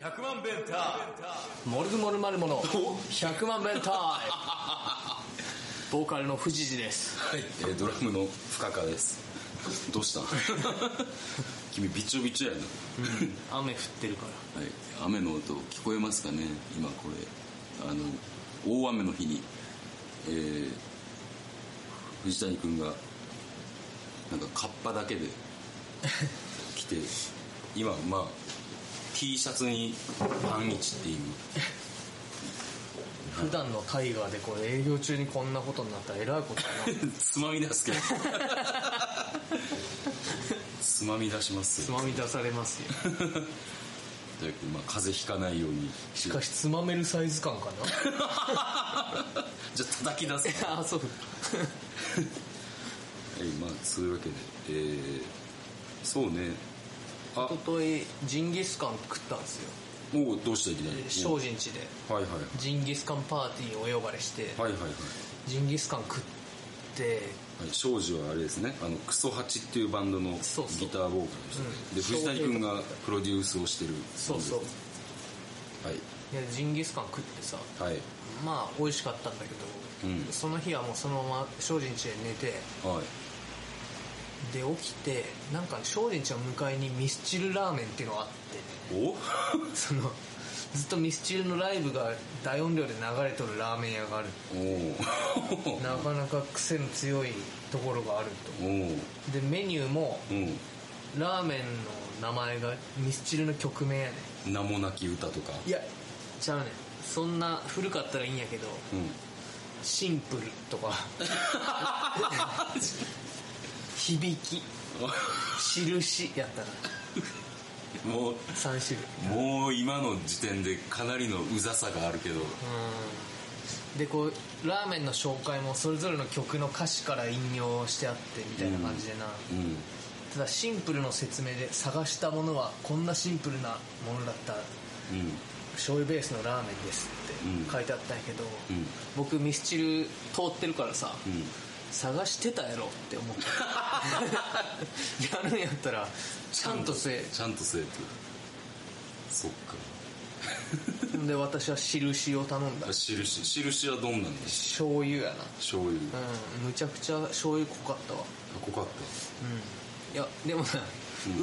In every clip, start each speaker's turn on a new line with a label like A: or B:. A: 100万ベンタ
B: モルグモルマルモの100万 弁タイムボーカルの藤次です
A: はい、えードラムの深川ですどうした ん君びっちょびちょやな、
B: 雨降ってるから
A: はい、雨の音聞こえますかね今これあの大雨の日に、えー藤谷君がなんかカッパだけ で来て今まあ T シャツに半日っていう
B: 普段のタイガーでこれ営業中にこんなことになったらえらいことだな
A: つまみ出 すけどつまみ出します
B: つ
A: よ
B: まみ出されますよ
A: というわけでまあ、風邪ひかないように
B: しかしつまめるサイズ感か
A: じゃあ叩き出すか
B: な あそう
A: はいまあそういうわけでえー、そうねあ
B: 一昨日ジンギスカン食ったんですよ
A: もうどうしたらいきな
B: で
A: い
B: 精進地で
A: はいはいはい
B: ジンギスカンパーティーにお呼ばれして
A: はいはいはい
B: ジンギスカン食って
A: はい庄司はあれですねあのクソハチっていうバンドのギタ
B: そうそう
A: ーボーカルですね
B: うん
A: で藤谷君がプロデュースをしてる
B: そうそう
A: は
B: い
A: い
B: やジンギスカン食ってさ
A: はい
B: まあ美味しかったんだけど、
A: うん
B: その日はもうそのまま精進地で寝て
A: はい
B: で起きてなんか少林寺の向かいにミスチルラーメンっていうのがあっ
A: お
B: てそのずっとミスチルのライブが大音量で流れとるラーメン屋がある
A: お
B: なかなか癖の強いところがある
A: おおお
B: とでメニューも
A: うん
B: ラーメンの名前がミスチルの曲名やね
A: 名もなき歌とか
B: いやちゃうねんそんな古かったらいいんやけど
A: うん
B: シンプルと か響き印やったな
A: もう
B: 3種類
A: もう今の時点でかなりのうざさがあるけど
B: うんでこうラーメンの紹介もそれぞれの曲の歌詞から引用してあってみたいな感じでな、
A: うん
B: ただシンプルの説明で探したものはこんなシンプルなものだった
A: うん
B: 醤油ベースのラーメンですって書いてあったんやけど、
A: うん
B: 僕ミスチル通ってるからさ、
A: うん
B: 探してたやろって思って やるんやったらちゃんとせえ
A: ちゃんとせえとそっか
B: で私は印を頼んだ
A: あ印印はどんなんでし
B: 醤油やな
A: 醤油
B: うんむちゃくちゃ醤油濃かったわ
A: あ濃かった
B: いやでもな、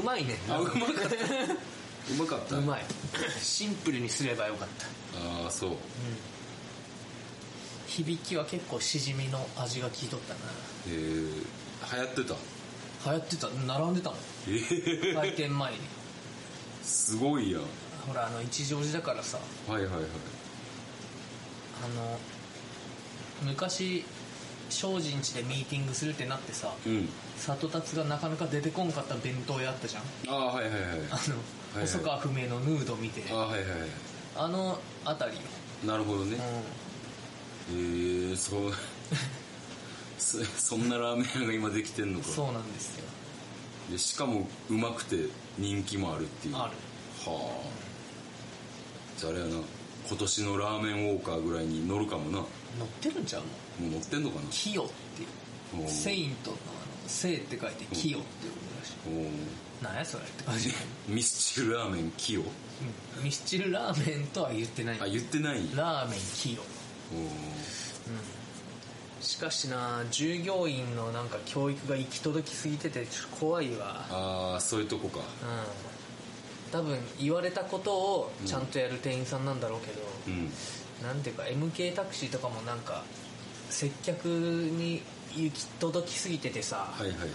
B: うまいね
A: あ うまかったうまかった
B: うまいシンプルにすればよかった
A: ああそう
B: 響きは結構しじみの味が効いとった
A: えー、流行ってた
B: な流行ってた並んでたもん
A: えー、
B: 開店前に
A: すごいやん
B: ほらあの一乗寺だからさ
A: はいはいはい
B: あの昔精進地でミーティングするってなってさ
A: うん
B: 里達がなかなか出てこんかった弁当屋あったじゃん
A: ああはいはいはい
B: あの、
A: いはい
B: 細川不明のヌード見て
A: ああはいはいは
B: あの辺りよ、
A: いなるほどねえー、そう そそんなラーメン屋が今できてんのか
B: そうなんですよ
A: でしかもうまくて人気もあるっていう
B: ある
A: はあじゃああれやな今年のラーメンウォーカーぐらいに乗るかもなも
B: 乗ってるんちゃうの
A: う乗ってんのかな
B: キヨっていう
A: おー
B: セイントのあの「セイ」って書いて「キヨ」って呼ぶらしい
A: おー
B: なんやそれって感じ、
A: ミスチルラーメンキヨ
B: うん、ミスチルラーメンとは言ってない
A: あ言ってない
B: ラーメンキヨ
A: おー
B: しかしな従業員のなんか教育が行き届きすぎててちょっと怖いわ
A: ああそういうとこか
B: うん多分言われたことをちゃんとやる店員さんなんだろうけど、
A: うん
B: なんていうか MK タクシーとかもなんか接客に行き届きすぎててさ、
A: はいはいはい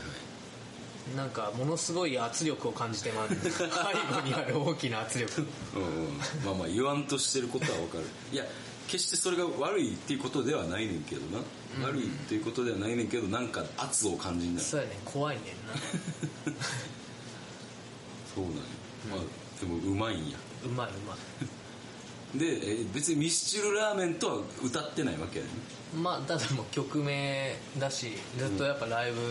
B: なんかものすごい圧力を感じて まう背後にある大きな圧力
A: うんうんまあまあ言わんとしてることはわかるいや決してそれが悪いっていうことではないねんけどな、悪いっていうことではないねんけどなんか圧を感じんだよ
B: そうやね怖いねんな
A: そうなんや、まあでもうまいんや
B: うまいうま
A: でえー別にミスチルラーメンとは歌ってないわけやね
B: いまあただもう曲名だしずっとやっぱライブ流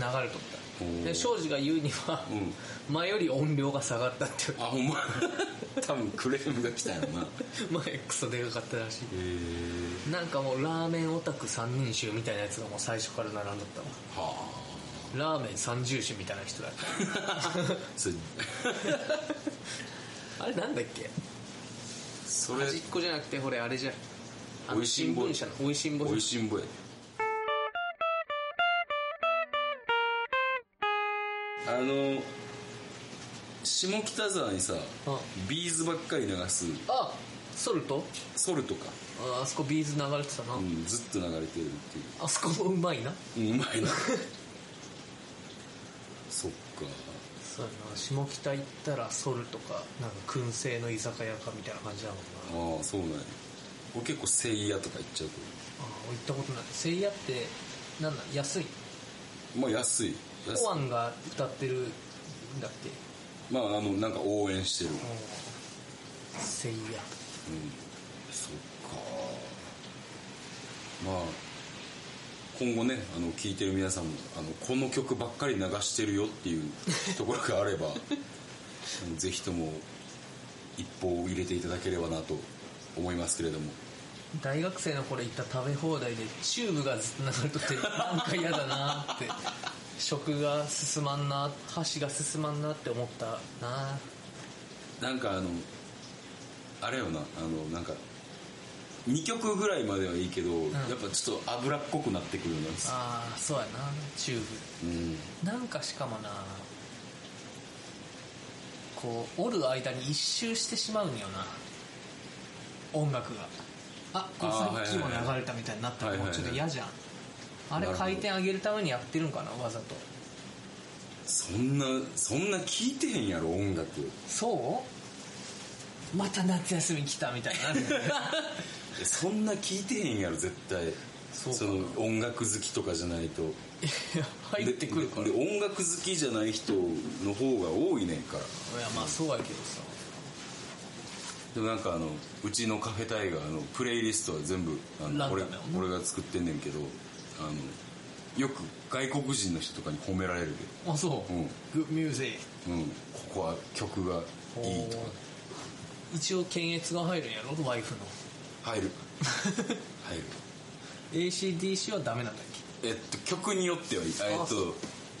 B: れとった、
A: うん
B: で庄司が言うには、前より音量が下がったって
A: あほんま 多分クレームが来たよなへ
B: 前クソでかかったらし
A: え
B: いなんかもうラーメンオタク三人衆みたいなやつがもう最初から並んどったわ
A: は
B: ラーメン三重種みたいな人だっ
A: それ
B: た あれなんだっけ
A: それ
B: 端っこじゃなくてこれあれじゃんあの
A: 美味しんぼ
B: 新聞社のおいしんぼ
A: おいしんぼやあの下北沢にさ
B: うん
A: ビーズばっかり流す
B: あソルト
A: ソルトか、
B: ああそこビーズ流れてたな、
A: うん、ずっと流れてるっていう
B: あそこもうまいな
A: うんうまいな そっか
B: そうやな下北行ったらソルとかなんか燻製の居酒屋かみたいな感じだもんなあ
A: ああそうなんや俺結構せいやとか言っちゃうけ
B: あ行ったことないせいやってなんなん安い
A: どまあ安い安い
B: コアンが歌ってるんだっけ
A: まああのなんか応援してるうん
B: うんせいや
A: そっかまあ今後ねあの聞いてる皆さんもあのこの曲ばっかり流してるよっていうところがあればあのぜひとも一報を入れていただければなと思いますけれども
B: 大学生の頃行った食べ放題でチューブがずっと流れとってなんか嫌だなって食が進まんな箸が進まんなって思ったな
A: なんかあのあれよなあのなんか2曲ぐらいまではいいけど、やっぱちょっと脂っこくなってくるようなんです
B: ああそうやなチュー
A: うん
B: ブなんかしかもなこう折る間に一周してしまうんよな音楽があこれ
A: あー
B: さっきも
A: はいはいはい
B: 流れたみたいになった
A: は
B: ら
A: いはい
B: もう
A: はい
B: ちょっと嫌じゃんあ
A: な
B: れ
A: るほど
B: 回転上げるためにやってるんかなわざと
A: そんなそんな聞いてへんやろ音楽
B: そうまた夏休み来たみたいになるよね
A: そんな聞いてへんやろ絶対
B: そうかな
A: の音楽好きとかじゃないと
B: いや 入ってくるから
A: で
B: い
A: で音楽好きじゃない人の方が多いねんから
B: やまあそうやけどさ
A: でもなんかあのうちのカフェタイガーのプレイリストは全部あ
B: ラ
A: の
B: ンダム
A: 俺
B: やもんね
A: 俺が作ってんねんけどあのよく外国人の人とかに褒められる
B: あそう、
A: うん
B: グッミュージッ
A: で、うん、ここは曲が
B: ク
A: いいとか
B: 一応検閲が入るんやろワイ フの
A: 入る入る
B: ACDC はダメなんだっ
A: えっと曲によってはいいあえっ
B: そう
A: と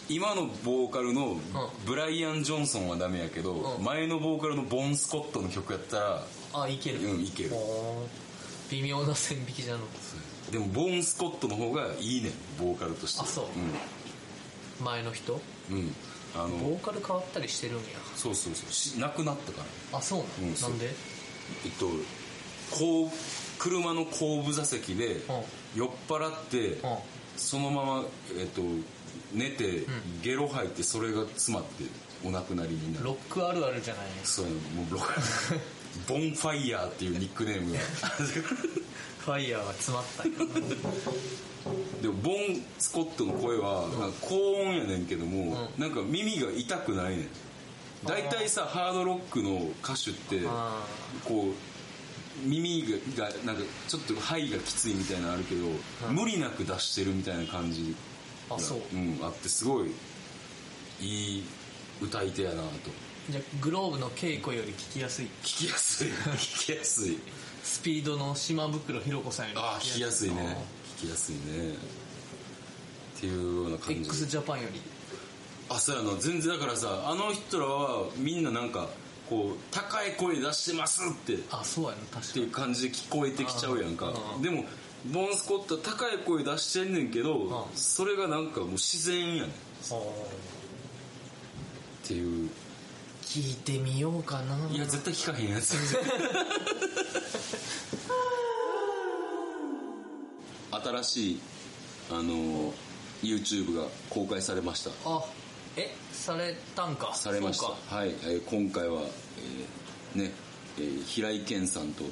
A: 今のボーカルのブライアン・ジョンソンはダメやけど、
B: うん
A: 前のボーカルのボン・スコットの曲やったら
B: けあいける
A: うんいける
B: ほー微妙な線引きじゃの
A: でもボン・スコットの方がいいねんボーカルとして
B: あそう前の人
A: うん、うん、あ
B: ボ
A: の
B: ーカル変わったりしてるんや
A: そうそうそうし亡くなったから
B: あそうな
A: うん
B: の
A: そう
B: なんで
A: えっと後車の後部座席で酔っ払って、
B: うん
A: そのまま、えっと、寝て、
B: ん
A: ゲロ吐いてそれが詰まってお亡くなりになる
B: ロックあるあるじゃない
A: そういうのもう僕ボンファイヤーっていうニックネー ムが
B: ファイヤーが詰まったん や
A: でもボン・スコットの声はなんか高音やねんけども、
B: う
A: なんか耳が痛くないねん大体さハードロックの歌手って
B: あ
A: こう耳がなんかちょっと肺がきついみたいなのあるけど、
B: ん
A: 無理なく出してるみたいな感じ
B: ー
A: が、
B: あそうん
A: あってすごいいい歌い手やなと
B: じゃあグローブの稽古より聞きやすい
A: 聞きやすい聞きやすい
B: スピードの島袋ひろ子さんより
A: ああ聞きやすいね聞きやすいねっていうような
B: あー
A: 感じ
B: x ジャパンより
A: あそうやな全然だからさあの人らはみんななんかこう高い声出してますってっ
B: あそうやな確
A: て
B: か
A: い
B: に
A: う感じで聞こえてきちゃうやんか
B: あー
A: でもボン・スコットは高い声出してんねんけど
B: あー
A: それがなんかもう自然やねんっ
B: あー
A: ていう
B: 聞いてみようかない
A: や絶対聞かへん やつ新しいあの YouTube が公開されました
B: あえされたんか
A: されまし
B: そうか
A: たはい、えー今回は、えーね、えー平井堅さんと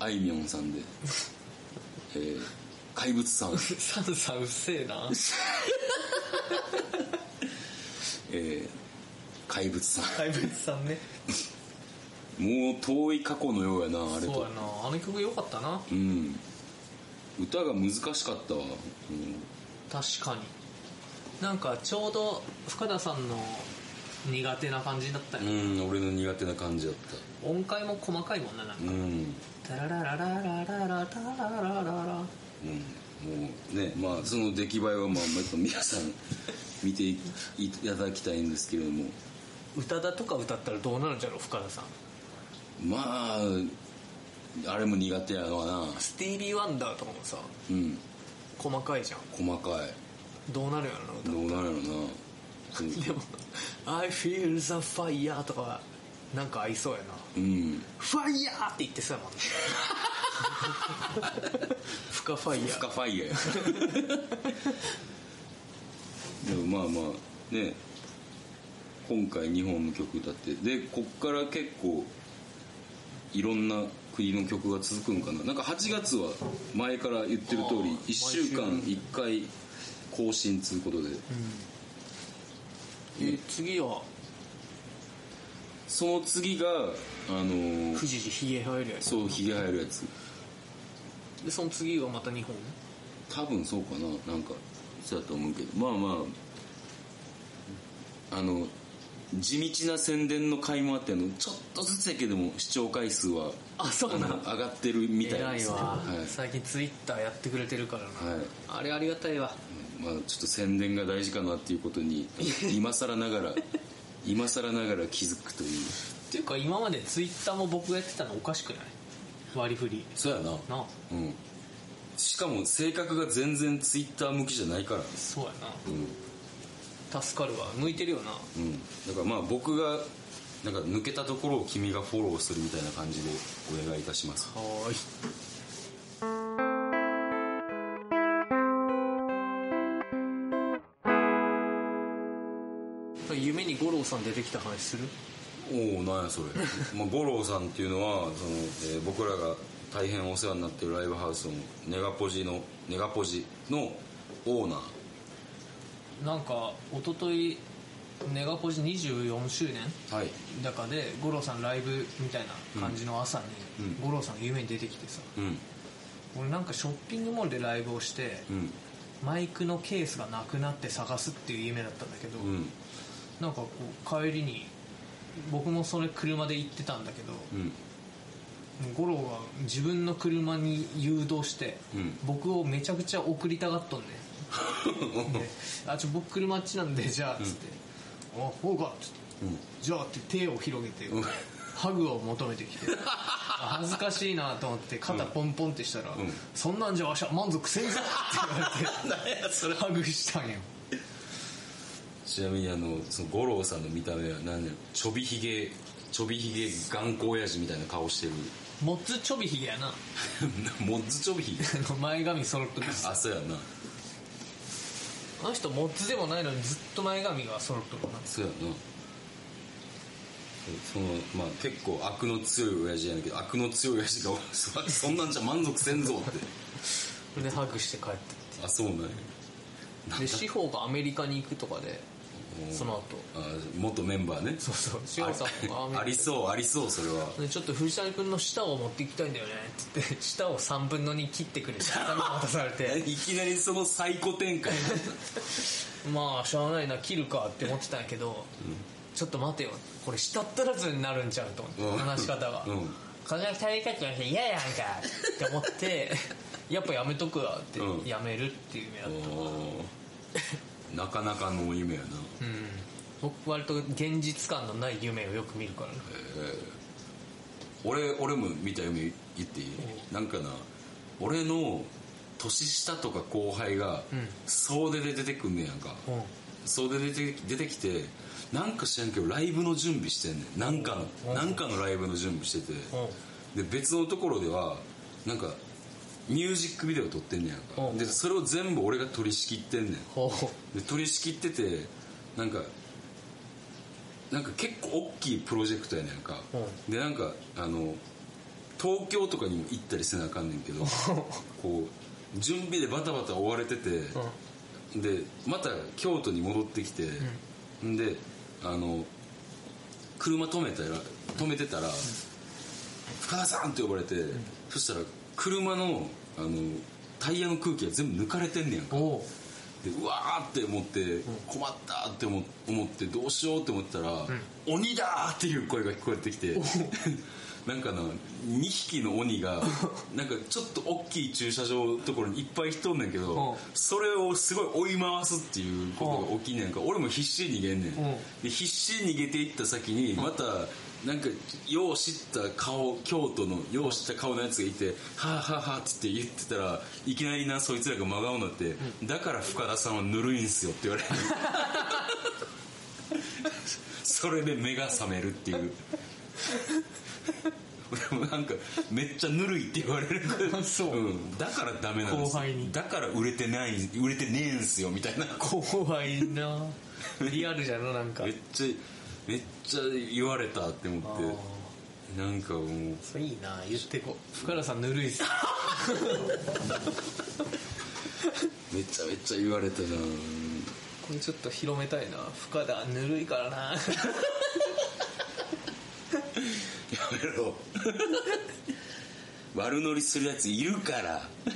A: あいみょんさんで、えー怪物 さん、
B: サンさんうっせえな
A: えー怪物さ
B: 怪物さんね
A: んもう遠い過去のようやなあれ
B: そう
A: と
B: やなあの曲良かったな
A: うん歌が難しかったわ、
B: 確かになんかちょうど深田さんの苦手な感じだった
A: う
B: よ、
A: ん、うん俺の苦手な感じだっ
B: 音階も細かいもんななん
A: た
B: か
A: うん
B: タラララララララタラララララ
A: うんもうねまあその出来栄えはまあまあ皆さん見ていただきたいんですけれども
B: 宇多田とか歌ったらどうなるんじゃろう深田さん
A: まああれも苦手やわな
B: スティービー・ワンダーとかもさ
A: うん
B: 細かいじゃん
A: 細かい
B: どうなるやろな歌
A: ど うなるのなそう
B: でも「I feel the fire」とかはなんか合いそうやな
A: うん
B: 「ファイヤー!」って言ってそうやもんねフカファイヤ
A: フカ
B: ー
A: ファイヤーやでもまあまあね今回2本の曲歌ってでこっから結構いろんな国の曲が続くんかななんか8月は前から言ってる通
B: あ
A: り
B: ー
A: 1週間
B: 毎
A: 1回更新つうことで
B: え次は
A: その次があのー
B: 富士寺ヒゲ生えるやつ
A: そうひげ生えるやつ
B: でその次がまた日本
A: 多分そうかななんかそうだと思うけどまあまああの地道な宣伝の回もあってあのちょっとずつやけども視聴回数は
B: あそ
A: あ
B: う
A: の
B: なん
A: 上がってるみたい
B: 偉
A: で
B: い
A: す
B: わ、
A: はい
B: 最近ツイッターやってくれてるからな、
A: はい
B: あれありがたいわ
A: まあ、ちょっと宣伝が大事かなっていうことに今更ながら 今更ながら気づくという
B: っていうか今までツイッターも僕がやってたのおかしくない割り振り
A: そうやな
B: な
A: うんしかも性格が全然ツイッター向きじゃないから
B: そうや
A: うん
B: な助かるわ向いてるよな
A: うん、だからまあ僕がなんか抜けたところを君がフォローするみたいな感じでお願いいたします
B: はーい夢に五郎さん出てきた話する
A: おおなんやそれ、 まあ、五郎さんっていうのはその、えー僕らが大変お世話になってるライブハウスのネガポジのネガポジのオーナー
B: なんか一昨日ネガポジ24周年
A: はい
B: だかで五郎さんライブみたいな感じの朝に、
A: うん
B: 五郎さんが夢に出てきてさ
A: うん
B: 俺なんかショッピングモールでライブをして、
A: うん
B: マイクのケースがなくなって探すっていう夢だったんだけど、
A: うん
B: なんかこう帰りに僕もそれ車で行ってたんだけど、
A: うん
B: 五郎が自分の車に誘導して、
A: うん
B: 僕をめちゃくちゃ送りたがっとんねであちょ僕車あっちなんでじゃあ」っつって「あそうか」っつって
A: うん
B: 「じゃあ」って手を広げて、
A: ん
B: ハグを求めて きてあ恥ずかしいなと思って肩ポンポンってしたら「
A: ん
B: そんなんじゃわしは満足せんぞ」って言 われてそれハグしたんよ
A: ちなみにあのその五郎さんの見た目は何だろうちょびひげちょびひげ頑固親父みたいな顔してる
B: モッツちょびひげやな
A: モッズちょびひげ
B: あの前髪揃ってる
A: あそうやな
B: あの人モッツでもないのにずっと前髪が揃ってるな
A: そうやなそのまあ結構悪の強い親父やねんけど悪の強い親父がそ そんなんじゃ満足せんぞって
B: それでハグして帰って
A: あそうなんや
B: で司法がアメリカに行くとかでその後
A: あ元メンバーね
B: そうそう司法さんもアメリ
A: あ
B: カ
A: ありそうありそうそれは
B: でちょっと藤谷君の舌を持っていきたいんだよねって言って 舌を3分の2切ってくれ舌玉渡されて
A: いきなりその最高展開
B: まあしゃあないな切るかって思ってたんやけど、ちょっと待てよこれ舌足らずになるんちゃうと思って、
A: うん
B: 話し方が、
A: うん
B: これが食べ方が嫌やんかって思 ってやっぱやめとくわって、
A: うん
B: やめるっていう夢だった
A: おーなかなかの夢やな、
B: うん僕割と現実感のない夢をよく見るからな
A: えー俺俺も見た夢言っていいなんかな俺の年下とか後輩が
B: うん
A: 総出で出てくんねやんか
B: うん
A: 総出で出て出てきてなんか知らんけどライブの準備してんねんなんか
B: う
A: の
B: ん
A: なんかのライブの準備してて
B: う
A: で別のところではなんかミュージックビデオ撮ってんねやん
B: う
A: か
B: ん
A: でそれを全部俺が取り仕切ってんねん
B: ほう
A: で取り仕切っててなんかなんか結構大きいプロジェクトやねんか、
B: う
A: でなんかあの東京とかにも行ったりせなあかんね んけどこう準備でバタバタ追われてて、でまた京都に戻ってきて、ん、であの車止めたら止めてたら、深田さんって呼ばれて、そしたら車のあのタイヤの空気が全部抜かれてんねやんか
B: おう
A: でうわーって思って困ったって思思ってどうしようって思ったら「鬼だ!」っていう声が聞こえてきてで なんかな2匹の鬼がなんかちょっと大きい駐車場のところにいっぱい人おんねんけ
B: うん
A: どそれをすごい追い回すっていうことが起きんねんか俺も必死に逃げんねん
B: ん
A: で必死に逃げていった先にまたなんかよう知った顔京都のよう知った顔のやつがいて「はあはあはあ」って言ってたらいきなりなそいつらが真顔になって「だから深田さんはぬるいんすよ」って言われ てそれで目が覚めるっていう。俺もなんかめっちゃぬるいって言われる、
B: そうん
A: だからダメなんです
B: 後輩に
A: だから売れてない売れてねえんすよみたいな
B: 怖い なリアルじゃななんか
A: めっちゃめっちゃ言われたって思
B: あ
A: っ
B: ー
A: てなんかもう
B: それいいな言ってこう深田さんぬるいっす
A: めちゃめちゃ言われたな
B: これちょっと広めたいな深田ぬるいからな
A: やめ ろ悪乗りするやついるから
B: うん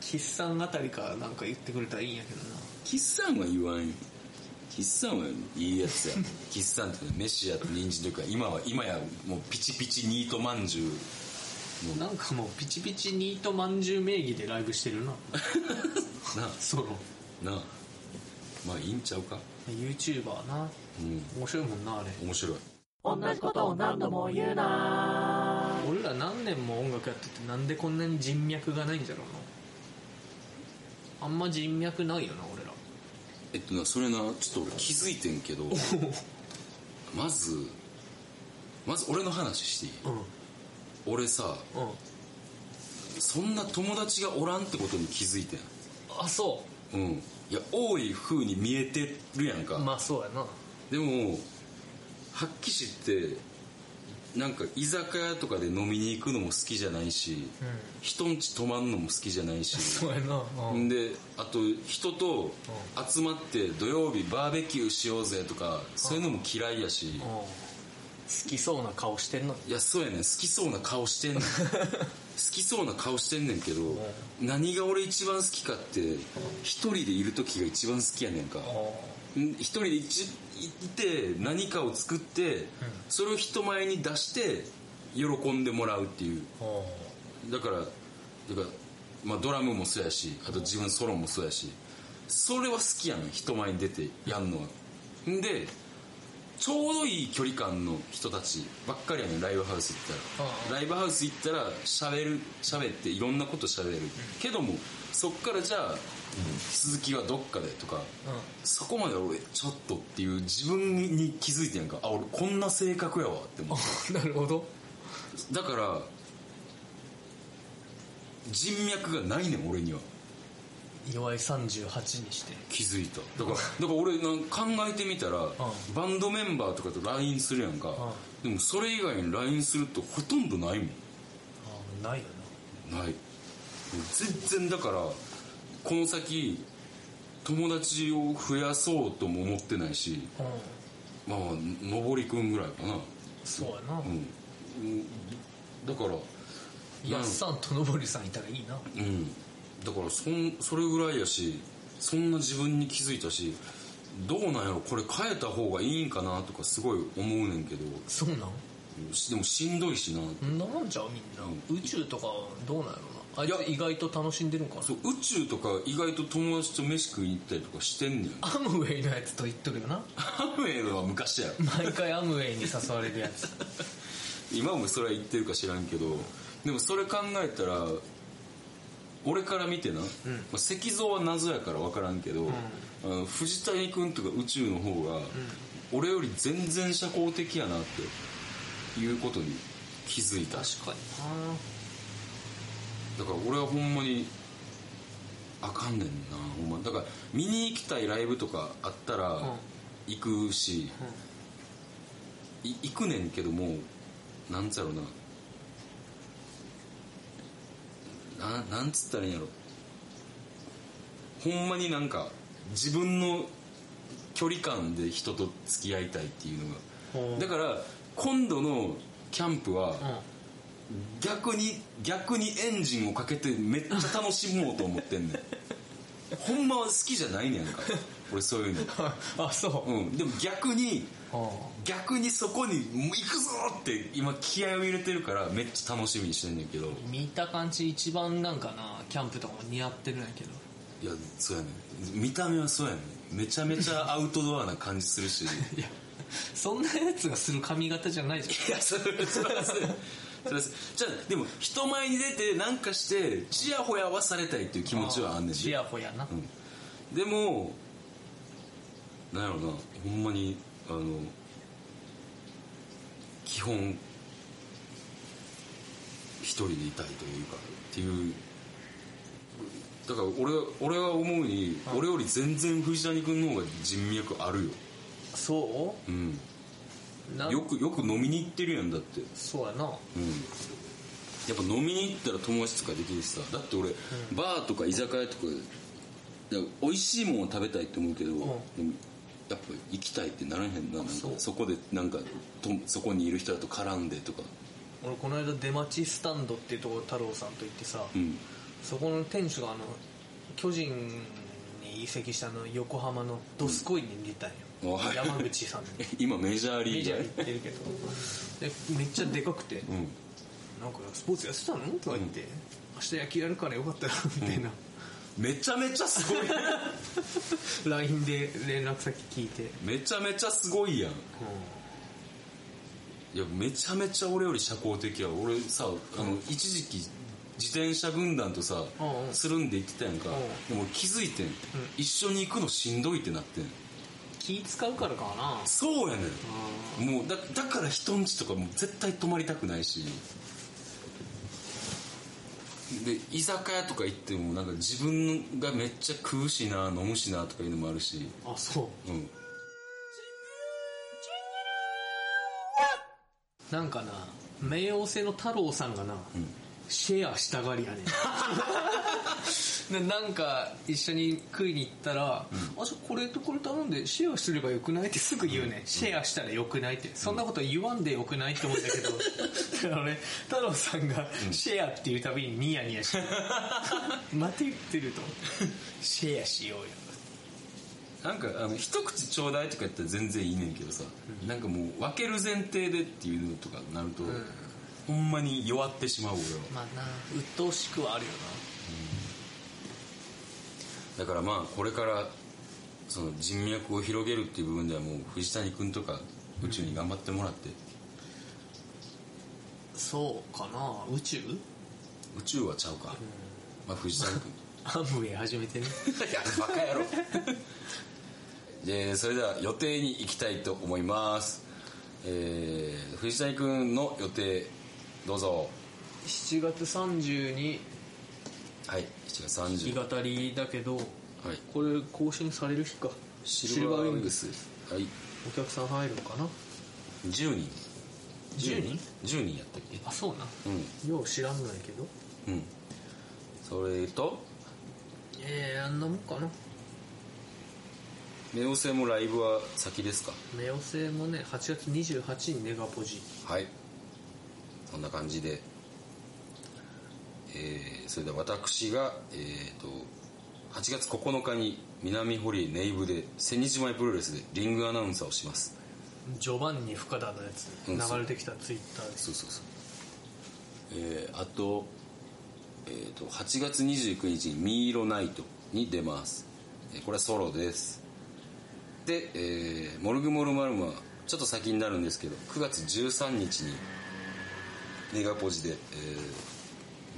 B: 岸さんあたりからなんか言ってくれたらいいんやけどな
A: キッサンは言わんよキッサンはいいやつやキッサンってねメシアと人参というか今は今やもうピチピチニートまんじゅう
B: なんかもうピチピチニートまんじゅう名義でライブして るな
A: な
B: ソロ
A: なあまあいいんちゃうか
B: YouTuber な
A: うん
B: 面白いもんなあれ
A: 面白い
C: 同じことを何度も言うな
B: 俺ら何年も音楽やっててなんでこんなに人脈がないんだろうなあんま人脈ないよな俺ら
A: えっとなそれなちょっと俺気づいてんけ どまずまず俺の話していい
B: うん
A: 俺さ
B: うん
A: そんな友達がおらんってことに気づいてん
B: あそ
A: うんいや多い風に見えてるやんか、
B: うまあそうやな
A: でも発揮士ってなんか居酒屋とかで飲みに行くのも好きじゃないし、
B: ん
A: 人んち泊まんのも好きじゃないし
B: そうやなうん
A: であと人と集まって土曜日バーベキューしようぜとかそういうのも嫌いやし
B: 好きそうな顔してんない
A: やそうやねん好きそうな顔してんねん好きそうな顔してんねんけど何が俺一番好きかって一人でいる時が一番好きやねんかん一人で一いて何かを作ってそれを人前に出して喜んでもらうっていうだからだから、まあ、ドラムもそうやしあと自分ソロもそうやしそれは好きやねん人前に出てやんのはんでちょうどいい距離感の人たちばっかりやねんライブハウス行った
B: ああ
A: らライブハウス行ったら喋る喋っていろんなこと喋るけどもそっからじゃあ続きはどっかでとかそこまで俺ちょっとっていう自分に気づいてんやんかあ俺こんな性格やわって思っ
B: う
A: て
B: ん なるほど
A: だから人脈がないねん俺には
B: 弱い38にして
A: 気づいただからだから俺なんか考えてみたら、バンドメンバーとかと LINE するやんか、でもそれ以外に LINE するとほとんどないもん
B: あないよ
A: ない全然だからこの先友達を増やそうとも思ってないし
B: なうん
A: まあまあ上りくんぐらいかな
B: そうやな
A: うんうんだから
B: やっさんとのぼりさんいたらいいな
A: うん、だからそんそれぐらいやしそんな自分に気づいたしどうなんやろこれ変えた方がいいんかなとかすごい思うねんけど
B: そうなん
A: しでもしんどいしな、
B: んなもんちゃうみんな、
A: う
B: 宇宙とかどうなんやろ
A: いや
B: なあいつ意外と楽しんでるんかな
A: そう宇宙とか意外と友達と飯食いに行ったりとかしてんねん
B: アムウェイのやつと言っとるよな
A: ハムエルは昔やろ
B: 毎回アムウェイに誘われるやつ
A: 今もそれは言ってるか知らんけどでもそれ考えたら俺から見てな、まあ、石像は謎やから分からんけど、あの藤谷君とか宇宙の方が、俺より全然社交的やなっていうことに気づいたし
B: かに
A: だから俺はほんまにあかんねんなほんまだから見に行きたいライブとかあったら行くし、い行くねんけどもなんつやろなななんつったらいいんやろほんまになんか自分の距離感で人と付き合いたいっていうの
B: ほ
A: が
B: う
A: だから今度のキャンプは、
B: うん
A: 逆に逆にエンジンをかけてめっちゃ楽しもうと思って んねんほんまは好きじゃないねんか俺そういうの
B: あそう
A: うんでも逆に逆にそこにもう行くぞって今気合を入れてるからめっちゃ楽しみにしてんねんけど
B: 見た感じ一番なんかなキャンプとかも似合ってるんやけど
A: いやそうやねん見た目はそうやねんめちゃめちゃアウトドアな感じするし い
B: そんなやつがする髪型じゃないじ
A: やそれそれはそうやそれはそうじゃあでも人前に出てなんかしてちやほやはされたいっていう気
B: ゃん
A: 持ちはあんねんで
B: ちやほやな、
A: うんでもなんやろなほんまにあの基本一人でいたいというかっていうだから俺が俺が思うに、俺より全然藤谷君の方が人脈あるよ、
B: そ
A: うん、
B: うな
A: よくよく飲みに行ってるやんだって
B: そうやな
A: うんやっぱ飲みに行ったら友達とかできるしさだって俺、バーとか居酒屋とかだから美味しいもんを食べたいって思うけど、でもやっぱ行きたいってならへんななんか
B: そう
A: そこでなんかとそこにいる人だと絡んでとか
B: 俺この間出待ちスタンドっていうところ太郎さんと行ってさ、
A: うん
B: そこの店主があの巨人に移籍したあの横浜のドスコイに出たんよ、
A: うんあ
B: 山口さんに
A: 今メジャーリ
B: メ
A: ー
B: ジ
A: ガ
B: ャー
A: ー
B: 行ってるけどでめっちゃでかくて、
A: うん
B: なんかスポーツやってたのとか言って、明日野球やるからよかったらみたいな、
A: めちゃめちゃす ごい
B: LINE で連絡先聞いて、
A: めちゃめちゃすごいやんいやめちゃめちゃ俺より社交的やわ俺さあの一時期自転車軍団とさ、
B: うんうん
A: つるんで行ってたやんか、
B: うん
A: でも俺気づいてん、一緒に行くのしんどいってなってん
B: 気使うからかな
A: そうやねんもうだだから人んちとかもう絶対泊まりたくないしで居酒屋とか行ってもなんか自分がめっちゃ食うしな飲むしなとかいうのもあるし
B: あそう
A: うん
B: なんかな冥王星の太郎さんがな、シェアしたがり やねんななんか一緒に食いに行ったら「あじゃあこれとこれ頼んでシェアすればよくない?」ってすぐ言うね、シェアしたらよくないってそんなこと言わんでよくないって思うんだけどだ から俺太郎さんが「シェア」っていうたびにニヤニヤして 「また言ってる」と思って「シェアしようよ」
A: なんかあの一口ちょうだいとか言ったら全然いいねんけどさ、なんかもう分ける前提でっていうのとかなると、ほんまに弱ってしまう俺は
B: まあな鬱陶しくはあるよ
A: だからまあこれからその人脈を広げるっていう部分ではもう藤谷君とか宇宙に頑張ってもらって、
B: なそうかな宇宙
A: 宇宙はちゃうか、まあ藤谷君
B: アンムウェイ始めてね
A: と いやバカ野郎 でそれでは予定に行きたいと思いますえー、藤谷君の予定どうぞ
B: 7月30に
A: はい7月30
B: 日語りだけど
A: はい、
B: これ更新される日か
A: シルバーウィングスはい
B: お客さん入るのかな
A: 10人
B: 10人
A: ?10 人やったっけ
B: あそうな
A: う
B: よう知らんないけど
A: んうんそれと
B: ええあんなもんかな
A: 冥王星もライブは先ですか
B: 冥王星もね8月28にネガポジ
A: はいそんな感じでえー、それでは私がえー、と8月9日に南堀江ネイブで千日前プロレスでリングアナウンサーをします
B: ジョバンニ深田のやつ
A: うんそう
B: 流れてきたツイッターで
A: そうそうそうえー、あと,、えー、と8月29日に「ミイロナイト」に出ます、えーこれはソロですで、えーモルグモルマルムはちょっと先になるんですけど9月13日にネガポジで、えー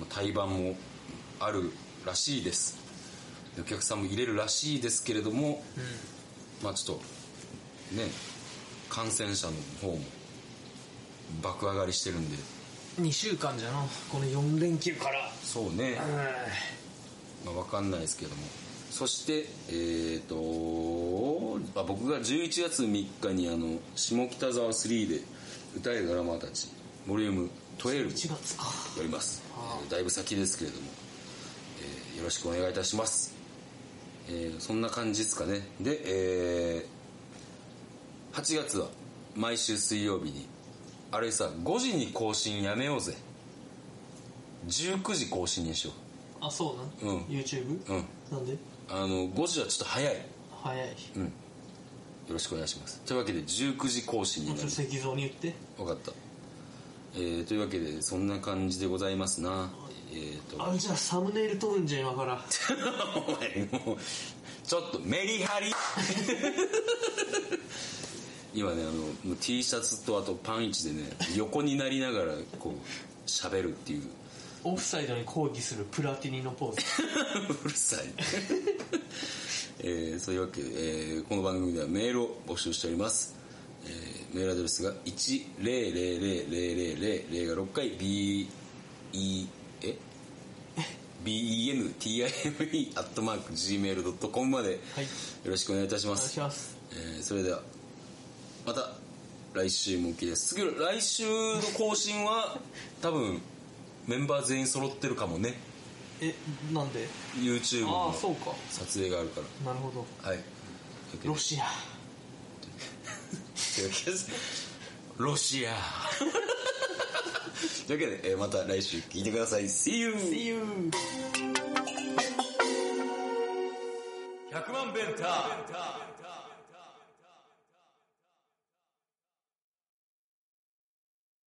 A: まあ対バンもあるらしいですでお客さんも入れるらしいですけれども、まあちょっとね感染者の方も爆上がりしてるんで
B: 2週間じゃのこの4連休から
A: そうね、まあ、分かんないですけどもそしてえっ、とあ僕が11月3日にあの下北沢3で歌えるドラマーたちボリューム
B: 1
A: 12や
B: 月か
A: ります、えーだいぶ先ですけれども、えーよろしくお願いいたします、えーそんな感じですかねで、えー8月は毎週水曜日にあれさ5時に更新やめようぜ19時更新にしよう
B: あそうな
A: うん
B: YouTube
A: うん
B: なんで
A: あの5時はちょっと早い、
B: 早い
A: うん、よろしくお願いしますというわけで19時講師になります
B: 石像に言って
A: 分かった、えーというわけでそんな感じでございますなえっ、と
B: あじゃあサムネイル撮るんじゃ今から
A: お前もうちょっとメリハリ今ねあのもう T シャツとあとパンイチでね横になりながらこう喋るっていう
B: オフサイドに抗議するプラティニのポーズ
A: うるさい、 えーそういうわけで、えーこの番組ではメールを募集しております、えーメールアドレスが1000000が6回 B E え bentime アットマーク gmail.com までよ
B: はい
A: ろしくお願いいたし
B: お
A: ま
B: 願い
A: す
B: し、ます
A: えーそれではまた来週もお聞きです次の来週の更新は多分メンバー全員揃ってるかもね
B: えなんで
A: YouTube
B: あ
A: の
B: あそうか
A: 撮影があるか
B: なるほど
A: らはい
B: ロシア
A: というわけでロシア というわけで、えーまた来週聞いてください See you!
B: See you
A: 100万ベンター